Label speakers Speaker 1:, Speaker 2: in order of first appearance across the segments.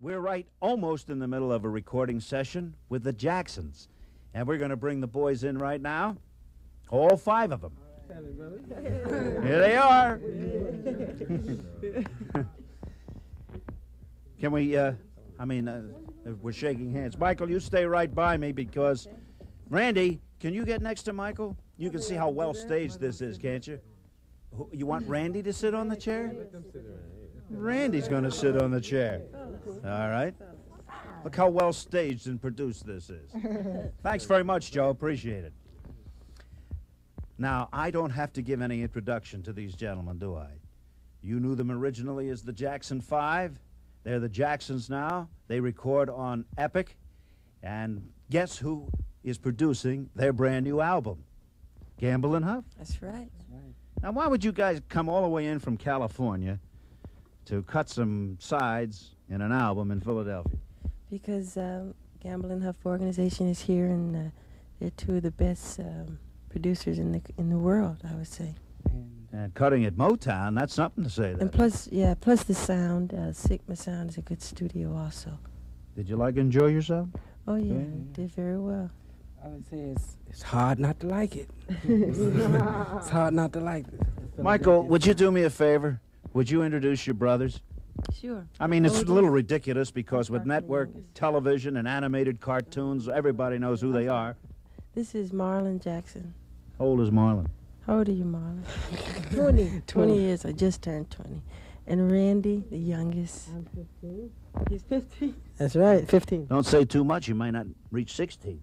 Speaker 1: We're right almost in the middle of a recording session with the Jacksons. And we're going to bring the boys in right now. All five of them. Here they are. Can we, uh, I mean, uh, we're shaking hands. Michael, you stay right by me because, Randy, can you get next to Michael? You can see how well staged this is, can't you? Who- You want Randy to sit on the chair? Randy's going to sit on the chair. All right. Look how well staged and produced this is. Thanks very much, Joe. Appreciate it. Now, I don't have to give any introduction to these gentlemen, do I? You knew them originally as the Jackson Five. They're the Jacksons now. They record on Epic. And guess who is producing their brand new album? Gamble and Huff.
Speaker 2: That's right.
Speaker 1: Now, why would you guys come all the way in from California to cut some sides in an album in Philadelphia?
Speaker 2: Because um, Gamble and Huff organization is here, and uh, they're two of the best um, producers in the in the world, I would say.
Speaker 1: And Uh, cutting at Motown, that's something to say.
Speaker 2: And
Speaker 1: That.
Speaker 2: plus, yeah, plus the sound, uh, Sigma Sound is a good studio also.
Speaker 1: Did you like enjoy yourself?
Speaker 2: Oh yeah,
Speaker 1: Yeah.
Speaker 2: did very well.
Speaker 3: I would say it's, it's hard not to like it. it's hard not to like it.
Speaker 1: Michael, would you do me a favor? Would you introduce your brothers?
Speaker 2: Sure.
Speaker 1: I mean, it's
Speaker 2: Oh,
Speaker 1: a
Speaker 2: yes.
Speaker 1: little ridiculous because with
Speaker 2: Cartoon
Speaker 1: network
Speaker 2: movies.
Speaker 1: television and animated cartoons, everybody knows who they are.
Speaker 2: This is Marlon Jackson.
Speaker 1: How old is Marlon?
Speaker 2: How old are you, Marlon? 20. 20
Speaker 3: 20.
Speaker 2: years. I just turned 20. And Randy, the youngest. I'm 15. He's 15.
Speaker 4: That's right, 15.
Speaker 1: Don't say too much, you might not reach 16.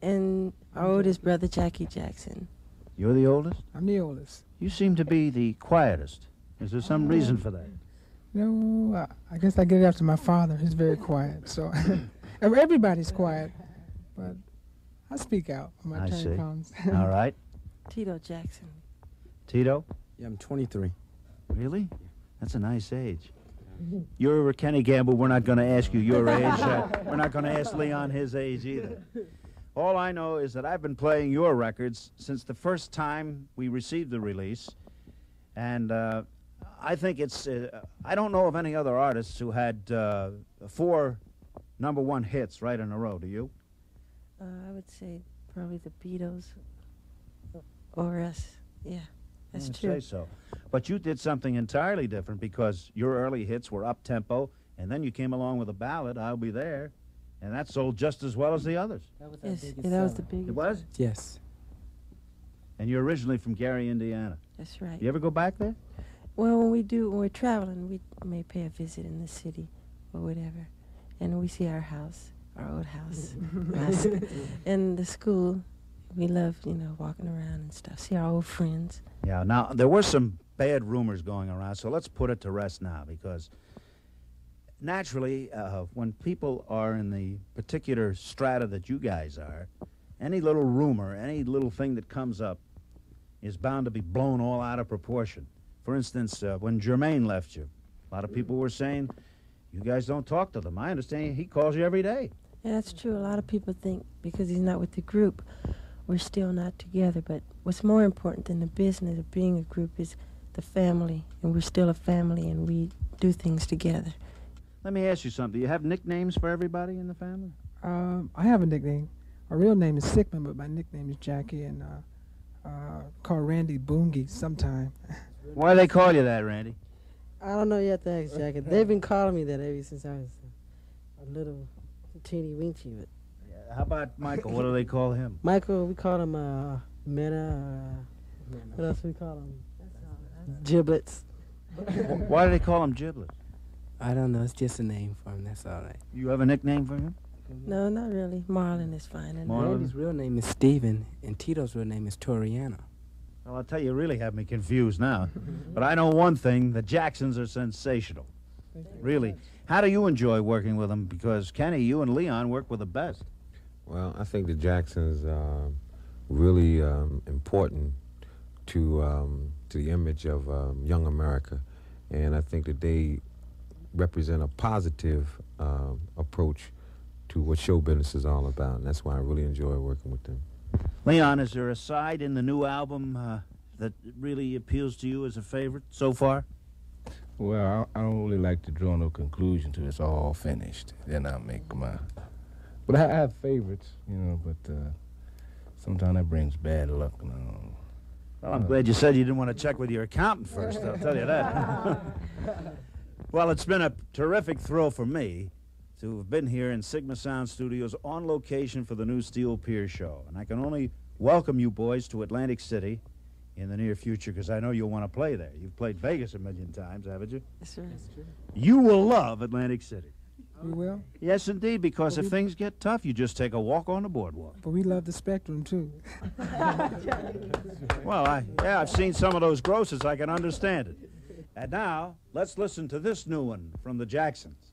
Speaker 2: And our oldest brother, Jackie Jackson.
Speaker 1: You're the oldest?
Speaker 3: I'm the oldest.
Speaker 1: You seem to be the quietest. Is there some reason for that?
Speaker 5: No, I, I guess I get it after my father. He's very quiet. So ev- everybody's quiet, but I speak out when my
Speaker 1: I
Speaker 5: turn
Speaker 1: see.
Speaker 5: comes.
Speaker 1: All right.
Speaker 2: Tito Jackson.
Speaker 1: Tito?
Speaker 3: Yeah, I'm 23.
Speaker 1: Really? That's a nice age. You're Kenny Gamble. We're not going to ask you your age. Uh, we're not going to ask Leon his age either. All I know is that I've been playing your records since the first time we received the release, and uh, I think it's. Uh, I don't know of any other artists who had uh, four number one hits right in a row. Do you?
Speaker 2: Uh, I would say probably the Beatles or us. Yeah, that's
Speaker 1: I'd
Speaker 2: true.
Speaker 1: Say Mm, so. But you did something entirely different because your early hits were up tempo, and then you came along with a ballad, "I'll Be There," and that sold just as well as the others.
Speaker 3: That was
Speaker 2: Yes, yeah, that was the biggest.
Speaker 1: It was.
Speaker 3: Yes.
Speaker 1: And you're originally from Gary, Indiana.
Speaker 2: That's right.
Speaker 1: You ever go back there?
Speaker 2: Well, when we do, when we're traveling, we may pay a visit in the city or whatever. And we see our house, our old house, our s- and the school. We love, you know, walking around and stuff, see our old friends.
Speaker 1: Yeah. Now there were some bad rumors going around, so let's put it to rest now because naturally, uh, when people are in the particular strata that you guys are, any little rumor, any little thing that comes up, is bound to be blown all out of proportion. For instance, uh, when Germaine left you, a lot of people were saying, "You guys don't talk to them." I understand he calls you every day.
Speaker 2: Yeah, that's true. A lot of people think because he's not with the group, we're still not together. But what's more important than the business of being a group is the family, and we're still a family, and we do things together.
Speaker 1: Let me ask you something. Do you have nicknames for everybody in the family?
Speaker 5: um, I have a nickname. My real name is Sigmund, but my nickname is Jackie, and uh, uh, call Randy Boongie sometime.
Speaker 1: Why they call you that, Randy?
Speaker 4: I don't know yet, thanks, Jackie. They've been calling me that ever since I was a little teeny weeny. But
Speaker 1: How about Michael? What do they call him?
Speaker 4: Michael, we call him uh, Mena. Uh, what else we call him? Giblets.
Speaker 1: Wh- Why do they call him Giblet?
Speaker 3: I don't know. It's just a name for him. That's all right.
Speaker 1: You have a nickname for him?
Speaker 2: No, not really. Marlon is fine. And
Speaker 1: Marlon.
Speaker 3: Randy's real name is Steven, and Tito's real name is Toriano.
Speaker 1: Well, I'll tell you, you really have me confused now. but I know one thing the Jacksons are sensational. Really. How do you enjoy working with them? Because, Kenny, you and Leon work with the best.
Speaker 6: Well, I think the Jacksons are really um, important to um, to the image of um, young America, and I think that they represent a positive um, approach to what show business is all about, and that's why I really enjoy working with them.
Speaker 1: Leon, is there a side in the new album uh, that really appeals to you as a favorite so far?
Speaker 7: Well, I, I don't really like to draw no conclusion till it's all finished. Then I make my. But I, I have favorites, you know. But uh, sometimes that brings bad luck, and I don't.
Speaker 1: Well, I'm glad you said you didn't want to check with your accountant first. I'll tell you that. well, it's been a terrific thrill for me to have been here in Sigma Sound Studios on location for the new Steel Pier show, and I can only welcome you boys to Atlantic City in the near future because I know you'll want to play there. You've played Vegas a million times, haven't you?
Speaker 2: Yes, sir.
Speaker 1: You will love Atlantic City.
Speaker 5: We will,
Speaker 1: Yes, indeed, because
Speaker 5: Well,
Speaker 1: if
Speaker 5: we-
Speaker 1: things get tough, you just take a walk on the boardwalk.
Speaker 5: but we love the spectrum too.
Speaker 1: Well, I, yeah, I've seen some of those grosses. I can understand it. And now, let's listen to this new one from the Jacksons.